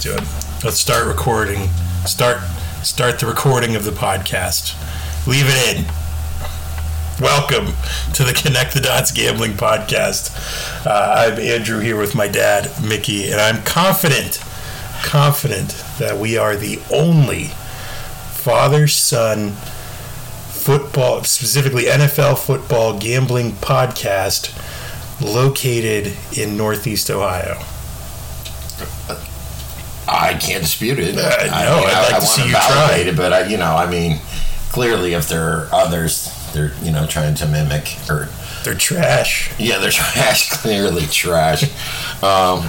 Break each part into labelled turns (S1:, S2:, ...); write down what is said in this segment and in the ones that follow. S1: do it. Let's start recording. Start start the recording of the podcast. Leave it in. Welcome to the Connect the Dots Gambling Podcast. Uh, I'm Andrew here with my dad, Mickey, and I'm confident, confident that we are the only father son football, specifically NFL football gambling podcast located in Northeast Ohio.
S2: I can't dispute
S1: Uh,
S2: it.
S1: no, I'd like to
S2: wanna
S1: see you
S2: validate
S1: try.
S2: it, but I, you know, I mean, clearly, if there are others, they're you know trying to mimic or
S1: They're trash.
S2: yeah, they're trash, clearly trash. um,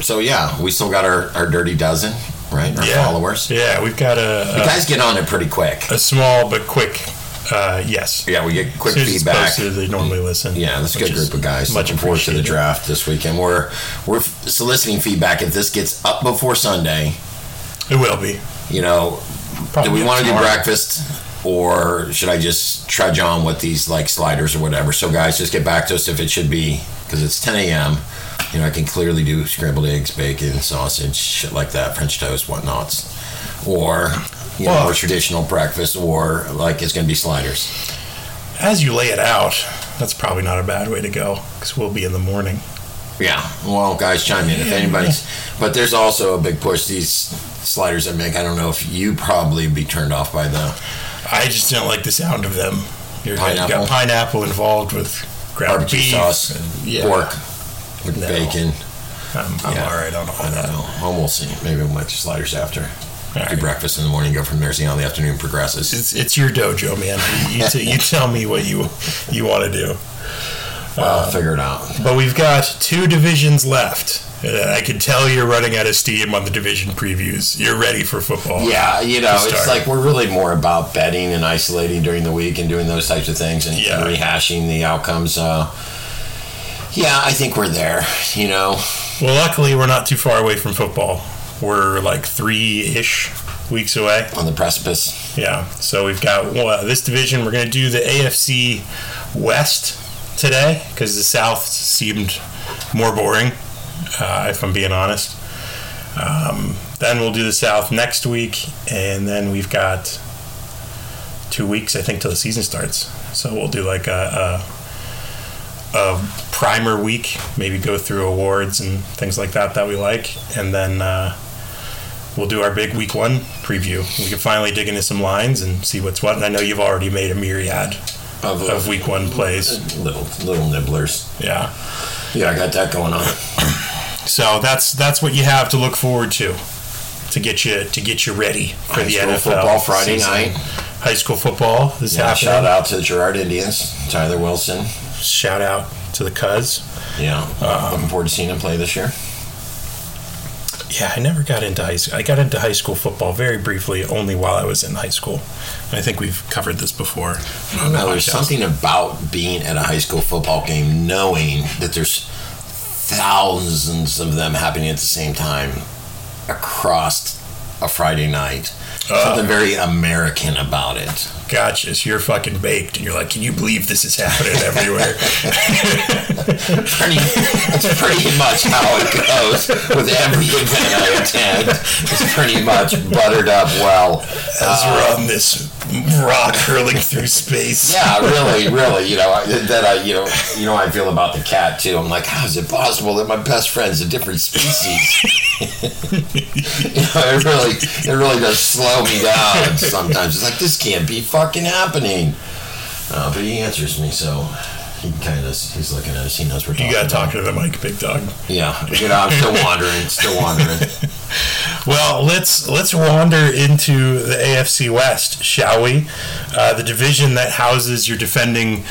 S2: so yeah, we still got our, our dirty dozen, right? Our
S1: Yeah. Uh,
S2: followers.
S1: Yeah, we've got a,
S2: You
S1: a
S2: guys get on it pretty quick.
S1: a small but quick uh, yes.
S2: Yeah, we get quick
S1: As soon as it's
S2: feedback.
S1: posted, they normally listen.
S2: Yeah, that's a
S1: which
S2: good
S1: is
S2: group of guys.
S1: Much
S2: Looking forward to the
S1: appreciated.
S2: draft this weekend. We're we're soliciting feedback. If this gets up before Sunday,
S1: It will be.
S2: you know,
S1: Oh,
S2: do we want to do breakfast or should I just trudge on with these like sliders or whatever? So, guys, just get back to us if it should be because it's 10 a.m. You know, I can clearly do scrambled eggs, bacon, sausage, shit like that, French toast, whatnots, or you know,
S1: Well-
S2: more traditional breakfast, or like it's going to be sliders.
S1: As you lay it out, that's probably not a bad way to go because we'll be in the morning.
S2: Yeah. Well, guys, chime in if anybody's. But there's also a big push these sliders I make. I don't know if you probably be turned off by the
S1: I just didn't like the sound of them. You're you
S2: Pineapple?
S1: got pineapple involved with ground
S2: barbecue
S1: beef
S2: sauce,
S1: and- yeah,
S2: pork, with
S1: No.
S2: bacon.
S1: I'm, I'm
S2: Yeah.
S1: all right on all
S2: I don't
S1: that.
S2: know. Well, we'll see. Maybe we'll make sliders after.
S1: All
S2: Do
S1: right.
S2: breakfast in the morning, go from there, see how the afternoon progresses.
S1: It's, it's your dojo, man. You, you, t- you tell me what you you want to do.
S2: Well, I'll figure it out.
S1: But we've got two divisions left. Uh, I can tell you're running out of steam on the division previews. You're ready for football.
S2: Yeah, you know,
S1: start.
S2: it's like we're really more about betting and isolating during the week and doing those types of things and
S1: Yeah.
S2: rehashing the outcomes. Uh, yeah, I think we're there, you know.
S1: Well, luckily, we're not too far away from football. We're like three ish weeks away.
S2: on the precipice.
S1: Yeah. So we've got well, this division. We're going to do the AFC West today because the South seemed more boring, uh, if I'm being honest. Um, then we'll do the South next week, and then we've got two weeks, I think, till the season starts. So we'll do like a, a, a primer week, maybe go through awards and things like that that we like, and then. Uh, we'll do our big week one preview. We can finally dig into some lines and see what's what. And I know you've already made a myriad
S2: Of,
S1: of week one plays.
S2: little little nibblers.
S1: Yeah.
S2: Yeah, I got that going on.
S1: So that's that's what you have to look forward to to get you to get you ready for
S2: High
S1: the
S2: school
S1: NFL
S2: football Friday
S1: season.
S2: night.
S1: High school football is
S2: Yeah,
S1: happening.
S2: shout out to the Gerard Indians, Tyler Wilson.
S1: Shout out to the Cuz. Uh,
S2: Yeah, looking forward to seeing him play this year.
S1: Yeah, I never got into high school. I got into high school football very briefly, only while I was in high school. I think we've covered this before.
S2: I don't know. Oh, There's
S1: Podcast.
S2: something about being at a high school football game, knowing that there's thousands of them happening at the same time across a Friday night. Something very American about it.
S1: Gotcha. So you're fucking baked, and you're like, can you believe this is happening everywhere?
S2: pretty, that's pretty much how it goes with every event I attend. It's pretty much buttered up well.
S1: as we're on this rock hurling through space.
S2: Yeah, really, really. You know I- that I, you know, you know, how I feel about the cat too. I'm like, how is it possible that my best friend's a different species? you know, it really, it really does slow me down sometimes. It's like this can't be fucking happening. Uh, but he answers me, so he kind of he's looking at us. He knows we're talking.
S1: You gotta
S2: about
S1: talk to the mic, big dog.
S2: Yeah, you know, I'm still wandering, still wandering.
S1: Well, let's let's wander into the AFC West, shall we? Uh, the division that houses your defending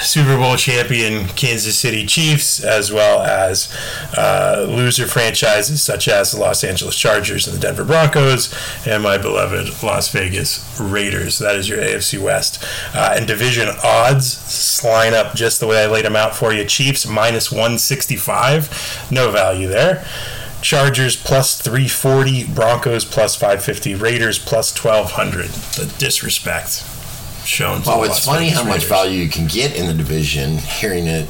S1: Super Bowl champion Kansas City Chiefs, as well as uh, loser franchises such as the Los Angeles Chargers and the Denver Broncos, and my beloved Las Vegas Raiders. That is your AFC West. Uh, and division odds line up just the way I laid them out for you. Chiefs minus 165, no value there. Chargers plus 340, Broncos plus 550, Raiders plus 1200. The disrespect shown. To
S2: Well,
S1: the Las
S2: it's funny
S1: Vegas
S2: how much
S1: Raiders.
S2: value you can get in the division. Hearing it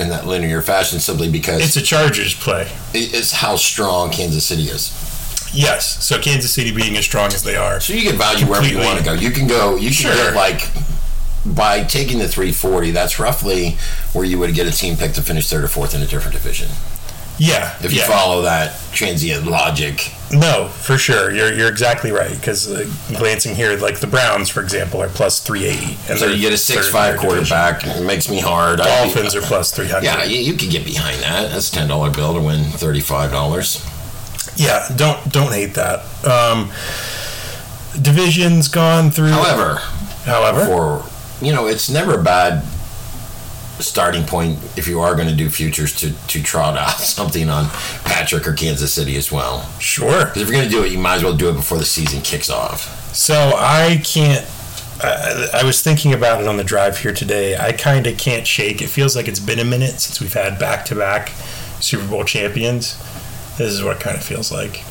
S2: in that linear fashion simply because
S1: It's a Chargers play.
S2: it- it's how strong Kansas City is.
S1: Yes. So Kansas City being as strong as they are.
S2: So you get value wherever you
S1: Completely.
S2: want to go. You can go. You can
S1: Sure.
S2: get like by taking the 340. That's roughly where you would get a team pick to finish third or fourth in a different division.
S1: Yeah.
S2: If
S1: yeah.
S2: you follow that transient logic,
S1: No, for sure. You're you're exactly right. Because uh, glancing here, like the Browns, for example, are plus three eighty, and
S2: so
S1: they're
S2: you get a
S1: third in
S2: six-five
S1: their division.
S2: quarterback. It makes me hard. I'd be-
S1: Dolphins are plus three hundred.
S2: yeah, you, you could get behind that. That's ten dollar bill to win thirty five dollars.
S1: Yeah, don't don't hate that. Um, division's gone through.
S2: However,
S1: however,
S2: for you know, it's never a bad starting point if you are going to do futures to to trot out something on Patrick or Kansas City as well.
S1: sure.
S2: Because if you're going to do it, you might as well do it before the season kicks off.
S1: So I can't. I, I was thinking about it on the drive here today. I kind of can't shake. It feels like it's been a minute since we've had back to back Super Bowl champions. This is what it kind of feels like.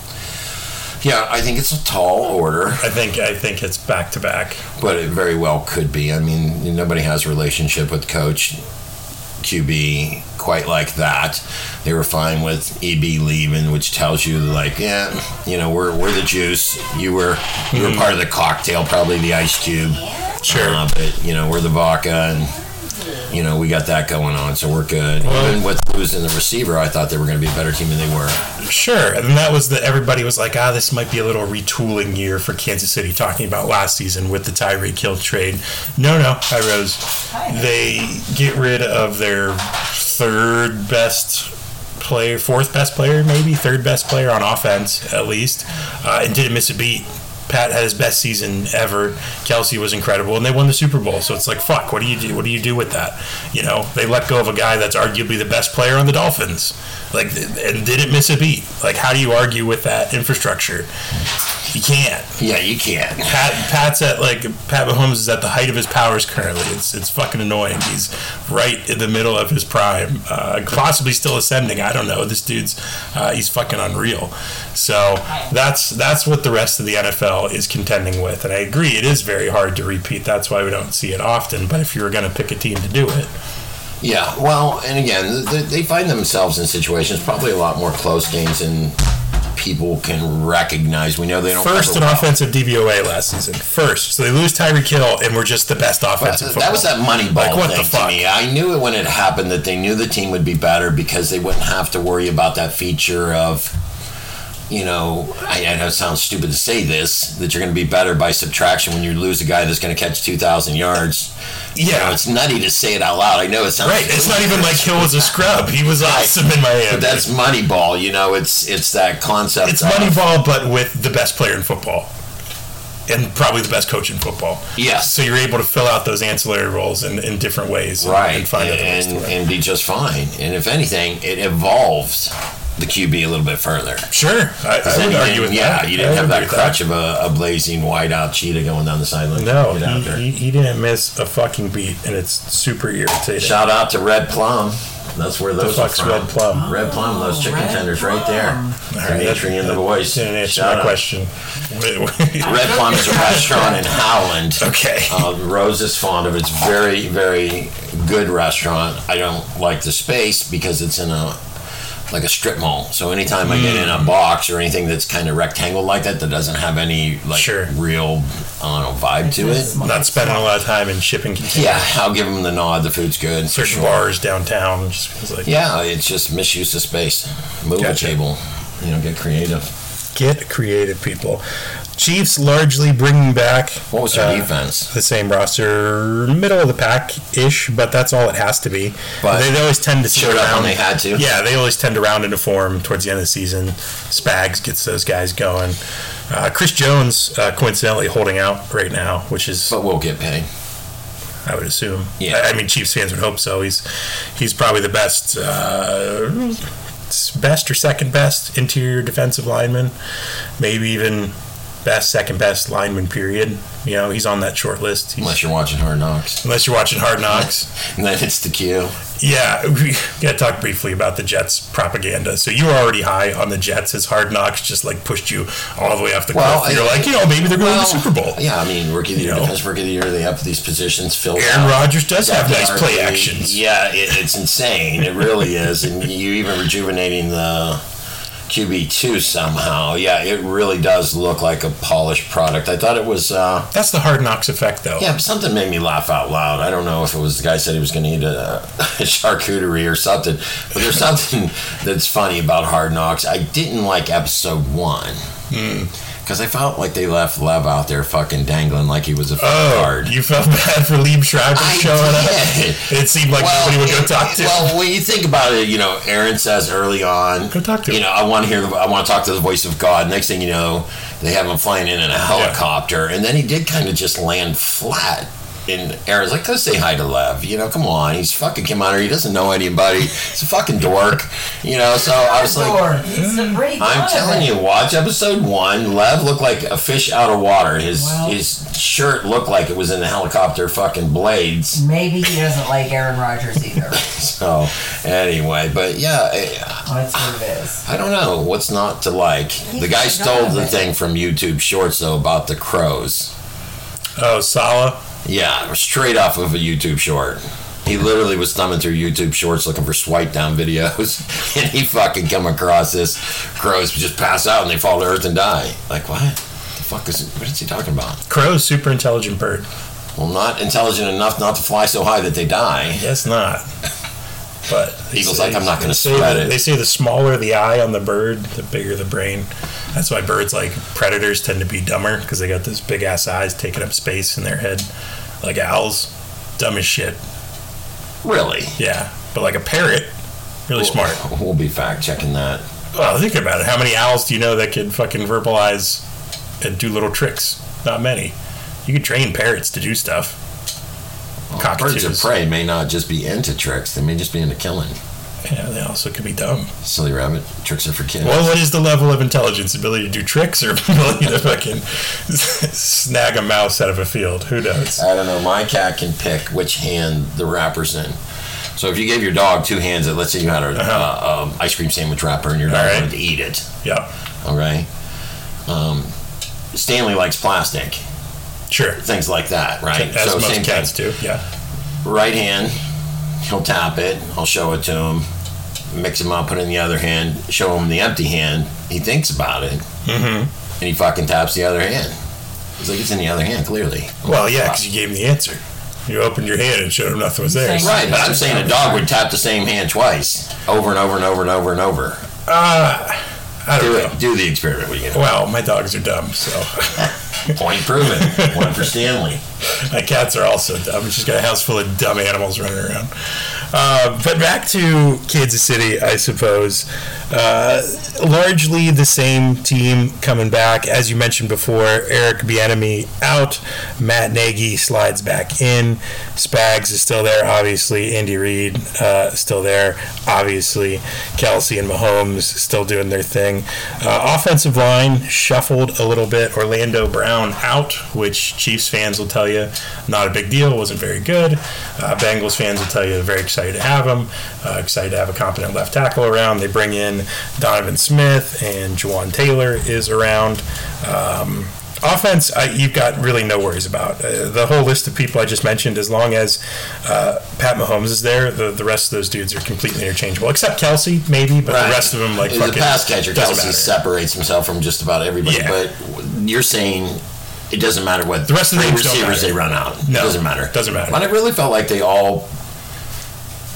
S2: Yeah, I think it's a tall order,
S1: I think I think it's back to back.
S2: but it very well could be. I mean, nobody has a relationship with coach QB quite like that. They were fine with EB leaving, which tells you like, yeah, you know, we're, we're the juice. You were you were part of the cocktail, probably the ice cube.
S1: Sure.
S2: Uh, but you know, we're the vodka and you know, we got that going on, so we're good.
S1: Well-
S2: Even with losing the receiver, I thought they were gonna be a better team than they were.
S1: Sure, and that was that everybody was like, ah, this might be a little retooling year for Kansas City, talking about last season with the Tyreek Hill trade. No, no, I rose. They get rid of their third best player, fourth best player, maybe third best player on offense at least, uh, and didn't miss a beat. Pat had his best season ever. Kelsey was incredible, and they won the Super Bowl. So it's like, fuck, what do you do? What do you do with that? You know, they let go of a guy that's arguably the best player on the Dolphins, like, th- and didn't miss a beat. Like, how do you argue with that infrastructure? You can't.
S2: Yeah, you can't.
S1: Pat Pat's at like Pat Mahomes is at the height of his powers currently. It's it's fucking annoying. He's right in the middle of his prime, uh, possibly still ascending. I don't know. This dude's uh, he's fucking unreal. So that's that's what the rest of the NFL is contending with, and I agree it is very hard to repeat. That's why we don't see it often. But if you were going to pick a team to do it,
S2: Yeah, well, and again, th- they find themselves in situations probably a lot more close games than people can recognize. We know they don't.
S1: first in
S2: cover well.
S1: offensive DVOA last season, first. So they lose Tyreek Hill, and we're just the best
S2: But
S1: offensive.
S2: th- That was
S1: football.
S2: that money ball
S1: Like, what the
S2: thing
S1: fuck?
S2: to me. I knew it when it happened that they knew the team would be better because they wouldn't have to worry about that feature of, you know, I, I know it sounds stupid to say this that you're going to be better by subtraction when you lose a guy that's going to catch two thousand yards. You know,
S1: Yeah,
S2: it's nutty to say it out loud. I know it sounds
S1: Right. It's not even like Hill was a scrub. He was awesome in Miami.
S2: But that's Moneyball, you know. It's it's that concept.
S1: it's
S2: of-
S1: Moneyball, but with the best player in football, and probably the best coach in football.
S2: Yes,
S1: So you're able to fill out those ancillary roles in, in different ways, and-
S2: right,
S1: And find other ways
S2: and
S1: to
S2: and,
S1: win.
S2: be just fine. And if anything, it evolves the QB a little bit further.
S1: Sure, I, I would
S2: And-
S1: argue with
S2: yeah,
S1: that.
S2: you
S1: I
S2: didn't
S1: would
S2: have that
S1: agree with
S2: crutch of a, a blazing white-out cheetah going down the sideline.
S1: No, Mm-hmm.
S2: Get out
S1: he,
S2: there.
S1: he, he didn't miss a fucking beat, and it's super irritating.
S2: Shout out to Red Plum. That's where those are
S1: fuck's
S2: from.
S1: Red Plum?
S2: Red Plum, those chicken
S3: Red
S2: tenders right there.
S1: All right,
S2: Dimitri and the boys.
S1: Didn't answer
S2: Shout
S1: my
S2: out.
S1: question. Wait, wait.
S2: Red Plum is a restaurant in Howland.
S1: okay.
S2: Um, Rose is fond of it. It's very, very good restaurant. I don't like the space because it's in a like a strip mall. So anytime I get in
S1: Hmm.
S2: a box or anything that's kind of rectangle like that, that doesn't have any like
S1: Sure.
S2: real I don't know vibe to it.
S1: Not spending a lot of time in shipping containers,
S2: Yeah, I'll give them the nod. The food's good. for
S1: certain bars downtown. Just feels like
S2: Yeah, it's just misuse of space. Move
S1: Gotcha.
S2: a table. You know, get creative.
S1: Get creative, people. Chiefs largely bringing back
S2: What was their
S1: uh,
S2: defense?
S1: the same roster, middle of the pack ish, but that's all it has to be.
S2: But
S1: they, they always tend to
S2: Showed up when they had to.
S1: Yeah, they always tend to round into form towards the end of the season. Spags gets those guys going. Uh, Chris Jones, uh, coincidentally, holding out right now, which is
S2: But we'll get paid.
S1: I would assume.
S2: Yeah.
S1: I, I mean, Chiefs fans would hope so. He's he's probably the best, uh, best or second best interior defensive lineman, maybe even best, second best lineman. Period. You know, he's on that short list. He's,
S2: Unless you're watching Hard Knocks,
S1: unless you're watching Hard Knocks.
S2: and then it's the queue.
S1: Yeah, we gotta talk briefly about the Jets propaganda. So you were already high on the Jets as Hard Knocks just like pushed you all the way off the
S2: Well,
S1: cliff. You're
S2: I-
S1: like, you know, maybe they're going
S2: Well,
S1: to the Super Bowl.
S2: Yeah, I mean, rookie of the
S1: You
S2: year,
S1: know.
S2: defense rookie of the year. They have these positions filled.
S1: Aaron
S2: out.
S1: Rodgers does have
S2: Depth
S1: nice
S2: chart,
S1: play
S2: I mean,
S1: actions.
S2: Yeah, it, it's insane. It really is. And you even rejuvenating the QB2 somehow. Yeah, it really does look like a polished product. I thought it was, uh,
S1: That's the Hard Knocks effect, though.
S2: yeah, something made me laugh out loud. I don't know if it was the guy said he was going to eat a, a charcuterie or something, but there's something that's funny about Hard Knocks. I didn't like episode one.
S1: Hmm.
S2: Because I felt like they left Lev out there fucking dangling like he was a
S1: Oh,
S2: card.
S1: you felt bad for Lieb Schreiber
S2: I
S1: showing
S2: did.
S1: up. It seemed like nobody would go
S2: it-
S1: talk to. him.
S2: Well, when you think about it, you know, Aaron says early on,
S1: Go talk to
S2: You
S1: him.
S2: know, I want to hear, the, I want to talk to the voice of God. Next thing you know, they have him flying in in a helicopter, and then he did kind of just land flat. And Aaron's like, go say hi to Lev. You know, come on. He's fucking came out here. He doesn't know anybody. He's a fucking dork. You know, so I was like,
S3: Door. He's a pretty good.
S2: I'm telling you, watch episode one. Lev looked like a fish out of water. His
S3: Well-
S2: his shirt looked like it was in the helicopter fucking blades.
S3: Maybe he doesn't like Aaron Rodgers either.
S2: So anyway, but yeah, I-
S3: Let's see what it is.
S2: I don't know what's not to like. The guy stole
S3: forgot
S2: the
S3: it.
S2: thing from YouTube Shorts though about the crows.
S1: Oh, Sala.
S2: Yeah, straight off of a YouTube short. He literally was thumbing through YouTube Shorts looking for swipe down videos, and he fucking come across this crows just pass out and they fall to earth and die. Like what? The fuck is what is he talking about?
S1: Crow's super intelligent bird.
S2: Well, not intelligent enough not to fly so high that they die.
S1: Yes, not. But they
S2: Eagle's like, I'm not gonna
S1: they say
S2: spread
S1: the-
S2: it.
S1: They say the smaller the eye on the bird, the bigger the brain. That's why birds like predators tend to be dumber because they got those big ass eyes taking up space in their head, like owls, dumb as shit.
S2: Really?
S1: Yeah, but like a parrot, really smart.
S2: We'll be fact checking that.
S1: Well, think about it. How many owls do you know that can fucking verbalize and do little tricks? Not many. You could train parrots to do stuff.
S2: Birds of
S1: Cockatoos.
S2: prey may not just be into tricks; they may just be into killing.
S1: Yeah, they also could be dumb.
S2: Silly rabbit, tricks are for kids.
S1: Well, what is the level of intelligence? Ability to do tricks or ability to fucking snag a mouse out of a field? Who knows?
S2: I don't know. My cat can pick which hand the wrapper's in. So if you gave your dog two hands, that let's say you had an
S1: Uh-huh.
S2: uh, um, ice cream sandwich wrapper and your dog
S1: All right.
S2: wanted to eat it,
S1: Yeah,
S2: all right? Um, Stanley likes plastic,
S1: sure.
S2: things like that, right?
S1: As most cats do. Yeah.
S2: right hand, he'll tap it. I'll show it to him, mix him up, put it in the other hand, show him the empty hand. He thinks about it, mm-hmm. and he fucking taps the other hand. He's like, it's in the other hand, clearly.
S1: Well, yeah, because you gave him the answer. You opened your hand and showed him nothing was there.
S2: Right, but I'm saying a dog would tap the same hand twice, over and over and over and over and over.
S1: Uh, I don't
S2: Do
S1: know.
S2: it. Do the experiment with you.
S1: Well, my dogs are dumb, so.
S2: Point proven. One for Stanley.
S1: My cats are also dumb. She's got a house full of dumb animals running around. Uh, but back to Kansas City, I suppose. Uh, largely the same team coming back. As you mentioned before, Eric Bieniemy out. Matt Nagy slides back in. Spags is still there, obviously. Andy Reid uh, still there, obviously. Kelsey and Mahomes still doing their thing. Uh, offensive line shuffled a little bit. Orlando Brown out, which Chiefs fans will tell you not a big deal, wasn't very good. Uh, Bengals fans will tell you they're very excited to have him, uh, excited to have a competent left tackle around. They bring in Donovan Smith and Juwan Taylor is around. Um, offense, I, you've got really no worries about. Uh, the whole list of people I just mentioned, as long as uh, Pat Mahomes is there, the, the rest of those dudes are completely interchangeable, except Kelsey, maybe, but
S2: Right.
S1: the rest of them, like,
S2: He's a
S1: fucking
S2: pass catcher.
S1: doesn't
S2: Kelsey
S1: matter.
S2: separates himself from just about everybody.
S1: Yeah.
S2: But you're saying it doesn't matter what
S1: The rest of the
S2: three
S1: names don't
S2: receivers
S1: matter.
S2: they run out.
S1: No,
S2: it doesn't matter.
S1: doesn't matter.
S2: But I really felt like they all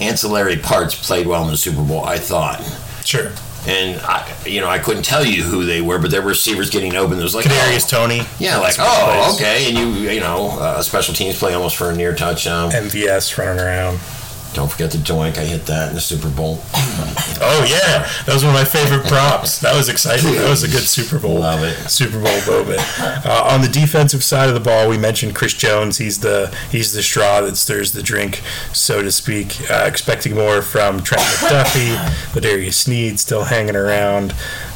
S2: ancillary parts played well in the Super Bowl. I thought.
S1: Sure.
S2: And I, you know, I couldn't tell you who they were, but there were receivers getting open. There was like oh,
S1: Kadarius Tony.
S2: Yeah, like
S1: Special
S2: oh,
S1: plays.
S2: okay, and you you know uh, special teams play almost for a near touchdown.
S1: MVS running around.
S2: Don't forget the doink. I hit that in the Super Bowl.
S1: Oh yeah, that was one of my favorite props. That was exciting. That was a good Super Bowl.
S2: Love it.
S1: Super Bowl moment. Uh, on the defensive side of the ball, we mentioned Chris Jones. He's the he's the straw that stirs the drink, so to speak. Uh, expecting more from Trent McDuffie. Ladarius Sneed still hanging around.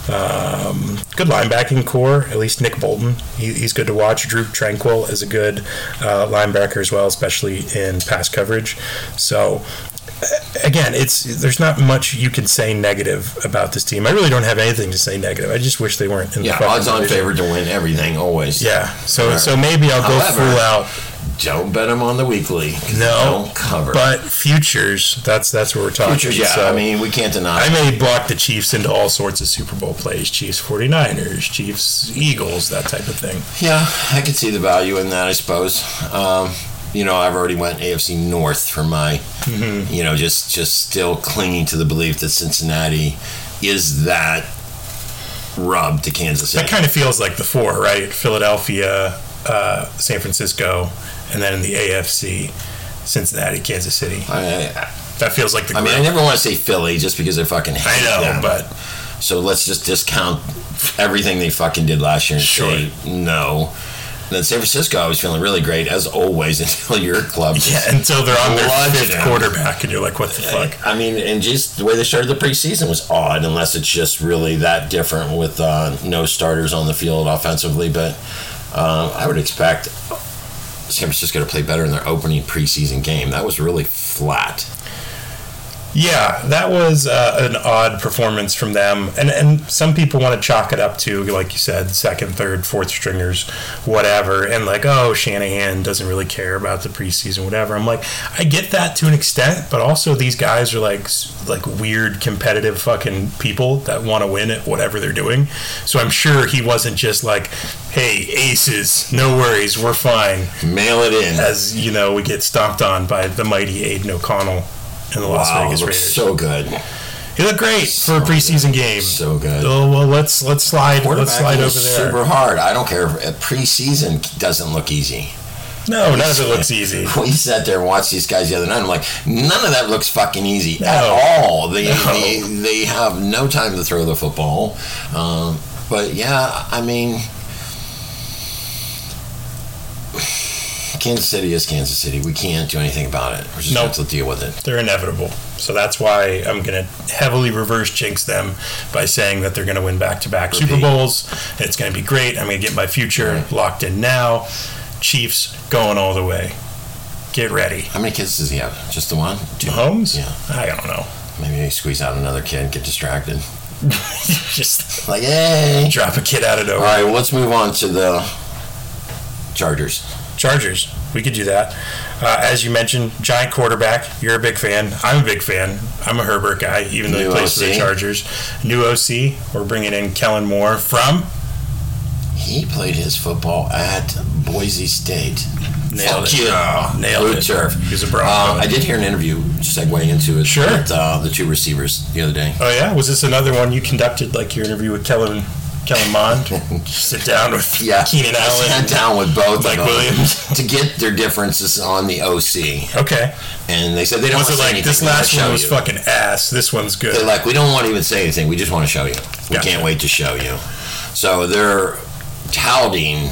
S1: Um, good linebacking core, at least Nick Bolton. He, he's good to watch. Drew Tranquil is a good uh, linebacker as well, especially in pass coverage. So again, it's there's not much you can say negative about this team. I really don't have anything to say negative. I just wish they weren't in
S2: Yeah,
S1: the fucking
S2: odds on
S1: division.
S2: favorite to win everything always.
S1: Yeah, so
S2: Alright.
S1: so maybe I'll go
S2: However,
S1: full out.
S2: Don't bet them on the weekly. 'cause they
S1: No,
S2: Don't cover.
S1: but futures. That's that's what we're talking.
S2: Futures, yeah,
S1: so-
S2: I mean, we can't deny.
S1: I may block the Chiefs into all sorts of Super Bowl plays: Chiefs, 49ers, Chiefs, Eagles, that type of thing.
S2: Yeah, I could see the value in that, I suppose. Um, you know, I've already went AFC North for my,
S1: Mm-hmm.
S2: you know, just just still clinging to the belief that Cincinnati is that rub to Kansas City.
S1: That kind of feels like the four, right? Philadelphia, uh, San Francisco, and then in the AFC, Cincinnati, Kansas City.
S2: I,
S1: That feels like the.
S2: I mean, I
S1: group.
S2: never want to say Philly just because I fucking hate
S1: I know,
S2: them.
S1: but
S2: So let's just discount everything they fucking did last year and
S1: Sure.
S2: say no. And then San Francisco, I was feeling really great as always until your club. just-
S1: Yeah, until they're on their
S2: Blood
S1: fifth
S2: them.
S1: quarterback, and you're like, what the fuck?
S2: I mean, and just the way they started the preseason was odd, unless it's just really that different with uh, no starters on the field offensively. But uh, I would expect San Francisco to play better in their opening preseason game. That was really flat.
S1: Yeah, that was uh, an odd performance from them, and and some people want to chalk it up to, like you said, second, third, fourth stringers, whatever, and like, oh, Shanahan doesn't really care about the preseason, whatever. I'm like, I get that to an extent, but also these guys are like s- like weird competitive fucking people that want to win at whatever they're doing. So I'm sure he wasn't just like, hey, aces, no worries, we're fine.
S2: Mail it in.
S1: As you know, we get stomped on by the mighty Aiden O'Connell. And the Las
S2: wow,
S1: Vegas
S2: looks
S1: Raiders.
S2: so good,
S1: He looked great for a
S2: So
S1: preseason game.
S2: so good.
S1: Oh well, let's let's slide let's
S2: Quarterbacking
S1: slide over there.
S2: is super hard. I don't care. if- if Preseason doesn't look easy.
S1: no, none of it looks easy.
S2: We sat there and watched these guys the other night. I'm like, none of that looks fucking easy at
S1: No.
S2: all. They,
S1: No.
S2: they they have no time to throw the football. Um, but yeah, I mean, Kansas City is Kansas City. We can't do anything about it. We're just
S1: Nope.
S2: going to deal with it.
S1: They're inevitable. So that's why I'm gonna heavily reverse jinx them by saying that they're gonna win back to back Super
S2: Repeat.
S1: Bowls. It's gonna be great. I'm gonna get my future locked in now. Chiefs going all the way. Get ready.
S2: How many kids does he have? Just the one? Two?
S1: Mahomes?
S2: Yeah.
S1: I don't know.
S2: Maybe he squeeze out another kid, get distracted.
S1: Just
S2: Like, hey.
S1: drop a kid out of
S2: All
S1: nowhere.
S2: right, well, let's move on to the Chargers.
S1: Chargers. We could do that. Uh, as you mentioned, giant quarterback. You're a big fan. I'm a big fan. I'm a Herbert guy, even though he
S2: New
S1: plays for the
S2: OC.
S1: Chargers. New OC. We're bringing in Kellen Moore from
S2: He played his football at Boise State.
S1: Nailed
S2: Fuck
S1: it.
S2: yeah.
S1: Oh, Nailed
S2: Blue
S1: it.
S2: turf.
S1: He's a
S2: Uh,
S1: Bronco.
S2: I did hear an interview segueing into it
S1: Sure.
S2: with uh, the two receivers the other day.
S1: oh yeah, was this another one you conducted like your interview with Kellen Kellen Mond? Sit down with
S2: Yeah,
S1: Keenan
S2: I
S1: Allen.
S2: sat down with both
S1: Mike
S2: of them
S1: Williams.
S2: to get their differences on the OC,
S1: Okay.
S2: and they said they don't
S1: Was
S2: want to
S1: it
S2: say
S1: like
S2: anything.
S1: this
S2: we wanna
S1: last
S2: show
S1: one was
S2: you.
S1: fucking ass? This one's
S2: They're
S1: good.
S2: like, we don't want to even say anything. We just want to show you. We
S1: Gotcha.
S2: can't wait to show you. So they're touting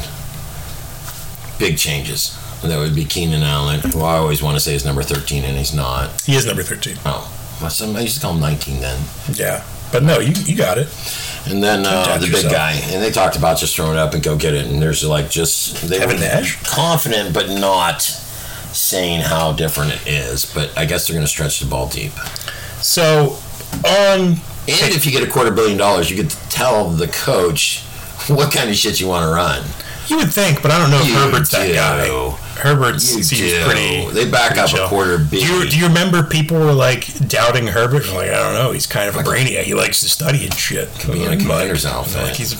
S2: big changes. That would be Keenan Allen, who I always want to say is number thirteen, and he's not.
S1: He is number thirteen.
S2: Oh, well, some, I used to call him 19 then.
S1: Yeah. But no, you, you got it.
S2: And then uh,
S1: doubt
S2: the big
S1: yourself.
S2: guy. And they talked about just throwing it up and go get it. And there's like just. They
S1: Kevin
S2: were
S1: Nash?
S2: Confident, but not saying how different it is. But I guess they're going to stretch the ball deep.
S1: So on
S2: And if you get a quarter billion dollars, you could tell the coach what kind of shit you want to run.
S1: you would think, but I don't know if
S2: You
S1: Herbert's that
S2: do.
S1: guy. Herbert
S2: You
S1: seems
S2: do.
S1: pretty.
S2: They back
S1: pretty
S2: up
S1: chill.
S2: a quarter
S1: Do you,
S2: billion.
S1: do you remember people were like doubting Herbert? I'm Like I don't know, he's kind of a brainiac. He likes to study and shit.
S2: be in a
S1: Like,
S2: commander's
S1: like,
S2: outfit.
S1: Like he's a-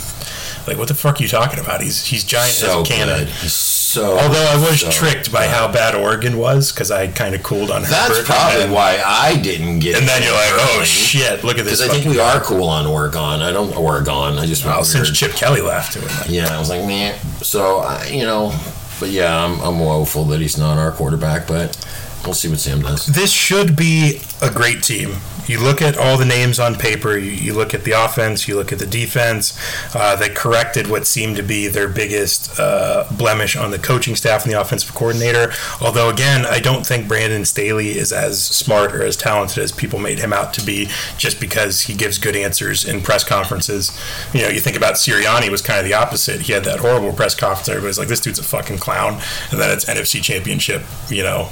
S1: like what the fuck are you talking about? He's he's giant
S2: so
S1: as a cannon.
S2: good. So
S1: Although I was
S2: so
S1: tricked by how bad Oregon was because I kind of cooled on
S2: That's
S1: Herbert.
S2: probably
S1: and, then,
S2: why I didn't get
S1: and then you're like, oh
S2: Really?
S1: shit, look at this.
S2: Because I think
S1: fucking-
S2: we are cool on Oregon. I don't Oregon. I just
S1: well,
S2: went
S1: Oh, since
S2: weird.
S1: Chip Kelly left, it was like,
S2: yeah. I was like, man. So I, you know, but yeah, I'm, I'm woeful that he's not our quarterback. But We'll see what Sam does.
S1: this should be a great team. You look at all the names on paper, you, you look at the offense, you look at the defense. Uh, they corrected what seemed to be their biggest uh, blemish on the coaching staff and the offensive coordinator. Although, again, I don't think Brandon Staley is as smart or as talented as people made him out to be just because he gives good answers in press conferences. You know, you think about Sirianni was kind of the opposite. He had that horrible press conference. Everybody's like, this dude's a fucking clown. And then it's NFC championship, you know,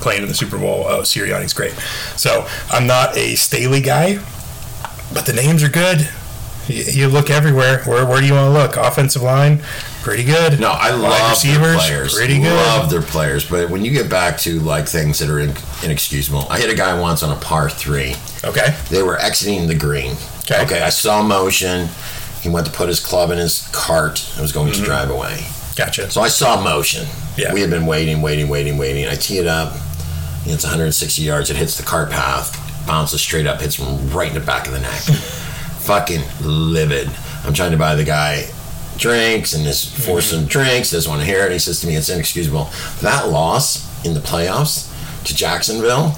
S1: playing in the Super Bowl. Oh, Sirianni's great. So I'm not a Staley guy, but the names are good. You, you look everywhere. Where, where do you want to look? Offensive line, pretty good.
S2: No, I
S1: Wide
S2: love their
S1: receivers,
S2: players.
S1: pretty good.
S2: Love their players, but when you get back to like things that are in, inexcusable, I hit a guy once on a par three.
S1: Okay,
S2: They were exiting the green.
S1: 'Kay.
S2: I saw motion. He went to put his club in his cart and was going to drive away.
S1: gotcha.
S2: So I saw motion.
S1: Yeah.
S2: We had been waiting, waiting, waiting, waiting. I tee it up. It's 160 yards. It hits the cart path, bounces straight up, hits him right in the back of the neck. Fucking livid. I'm trying to buy the guy drinks and just
S1: Mm-hmm.
S2: force him drinks. Doesn't want to hear it. He says to me, "It's inexcusable." That loss in the playoffs to Jacksonville,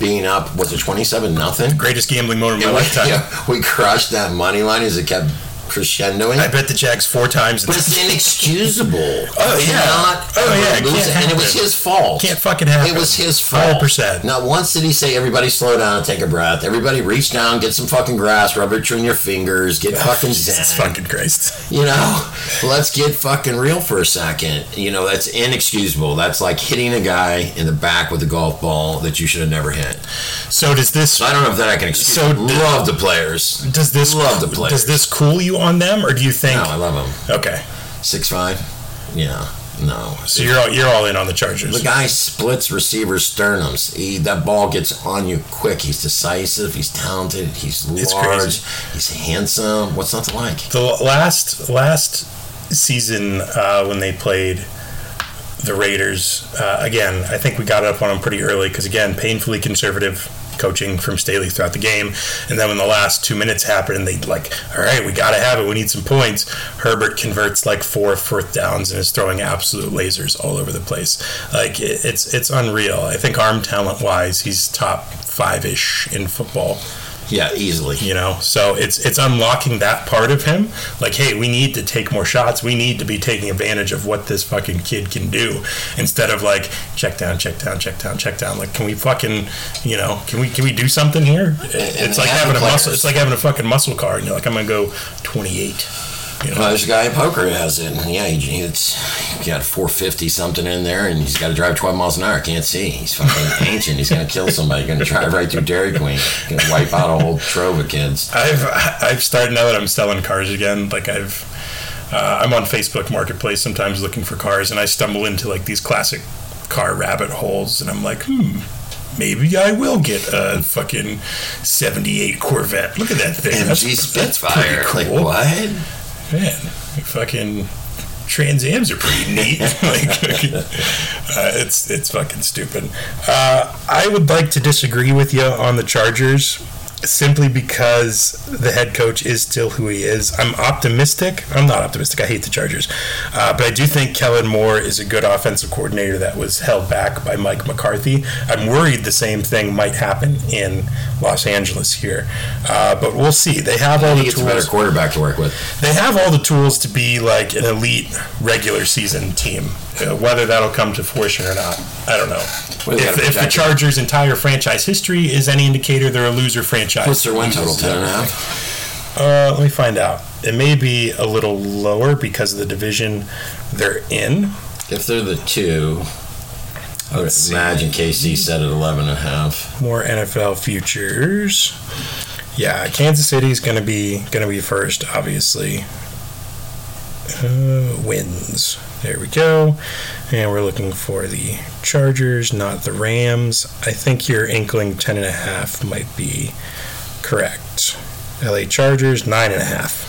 S2: being up was it 27 nothing.
S1: Greatest gambling moment of my lifetime.
S2: Yeah, we crushed that money line as it kept crescendoing.
S1: I bet the Jags four times.
S2: But it's inexcusable.
S1: Oh,
S2: You
S1: yeah.
S2: cannot
S1: Oh,
S2: ever
S1: yeah, it
S2: lose
S1: can't
S2: it. And it was
S1: happen.
S2: his fault.
S1: Can't fucking happen.
S2: It was his fault.
S1: 100%.
S2: Not once did he say, "Everybody, slow down, take a breath. Everybody, reach down, get some fucking grass, rub it between your fingers, get fucking
S1: Jesus
S2: zen."
S1: fucking Christ.
S2: You know, let's get fucking real for a second. You know, that's inexcusable. That's like hitting a guy in the back with a golf ball that you should have never hit.
S1: So does this
S2: So I don't know if that I can excuse.
S1: So-
S2: love the players.
S1: does this
S2: Love the players.
S1: does this cool you on them, or do you think?
S2: No, I love them.
S1: Okay,
S2: Six five. Yeah. No.
S1: so you're all you're all in on the Chargers.
S2: The guy splits receiver sternums. He, that ball gets on you quick. He's decisive. He's talented. He's large.
S1: It's crazy.
S2: He's handsome. What's not to like?
S1: The last last season uh, when they played the Raiders uh, again, I think we got up on them pretty early because again, painfully conservative coaching from Staley throughout the game. And then when the last two minutes happened, they like, all right, we got to have it. We need some points. Herbert converts like four fourth downs and is throwing absolute lasers all over the place. Like it, it's it's unreal. I think arm talent wise, he's top five ish in football
S2: Yeah, easily.
S1: you know so it's it's unlocking that part of him like hey we need to take more shots we need to be taking advantage of what this fucking kid can do instead of like check down check down check down check down like can we fucking you know can we can we do something here it's
S2: they
S1: like
S2: have
S1: having a
S2: the
S1: muscle
S2: players.
S1: it's like having a fucking muscle car and you're like i'm gonna go 28
S2: Well, there's a guy in poker who has it. And yeah, he, it's he got 450 something in there, and he's got to drive 12 miles an hour. Can't see. He's fucking ancient. He's gonna kill somebody. Gonna drive right through Dairy Queen. Gonna wipe out a whole trove of kids.
S1: I've I've started now that I'm selling cars again. Like I've uh, I'm on Facebook Marketplace sometimes looking for cars, and I stumble into like these classic car rabbit holes, and I'm like, hmm, maybe I will get a fucking '78 Corvette. Look at that thing. That's-
S2: MG
S1: that's
S2: Spitfire.
S1: pretty
S2: Like what?
S1: man, fucking Trans Am's are pretty neat. like, fucking- uh, it's it's fucking stupid. Uh, I would like to disagree with you on the Chargers, simply because the head coach is still who he is. I'm optimistic. I'm not optimistic. I hate the Chargers, uh, but I do think Kellen Moore is a good offensive coordinator that was held back by Mike McCarthy. I'm worried the same thing might happen in Los Angeles here, uh, but we'll see. They have all
S2: He
S1: the
S2: gets a better
S1: tools
S2: quarterback to work with.
S1: they have all the tools to be like an elite regular season team. Uh, Whether that'll come to fruition or not, I don't know.
S2: Well, they
S1: If,
S2: gotta
S1: if the
S2: protect it.
S1: Chargers' entire franchise history is any indicator, they're a loser franchise.
S2: What's their win total? Ten and a half.
S1: Uh, let me find out. It may be a little lower because of the division they're in.
S2: If they're the two, I would
S1: Let's Mm-hmm.
S2: imagine KC set at 11 and a half.
S1: More NFL futures. Yeah, Kansas City's gonna be gonna be first, obviously. Uh, wins. There we go. And we're looking for the Chargers, not the Rams. I think your inkling ten and a half might be correct. LA Chargers nine and a half.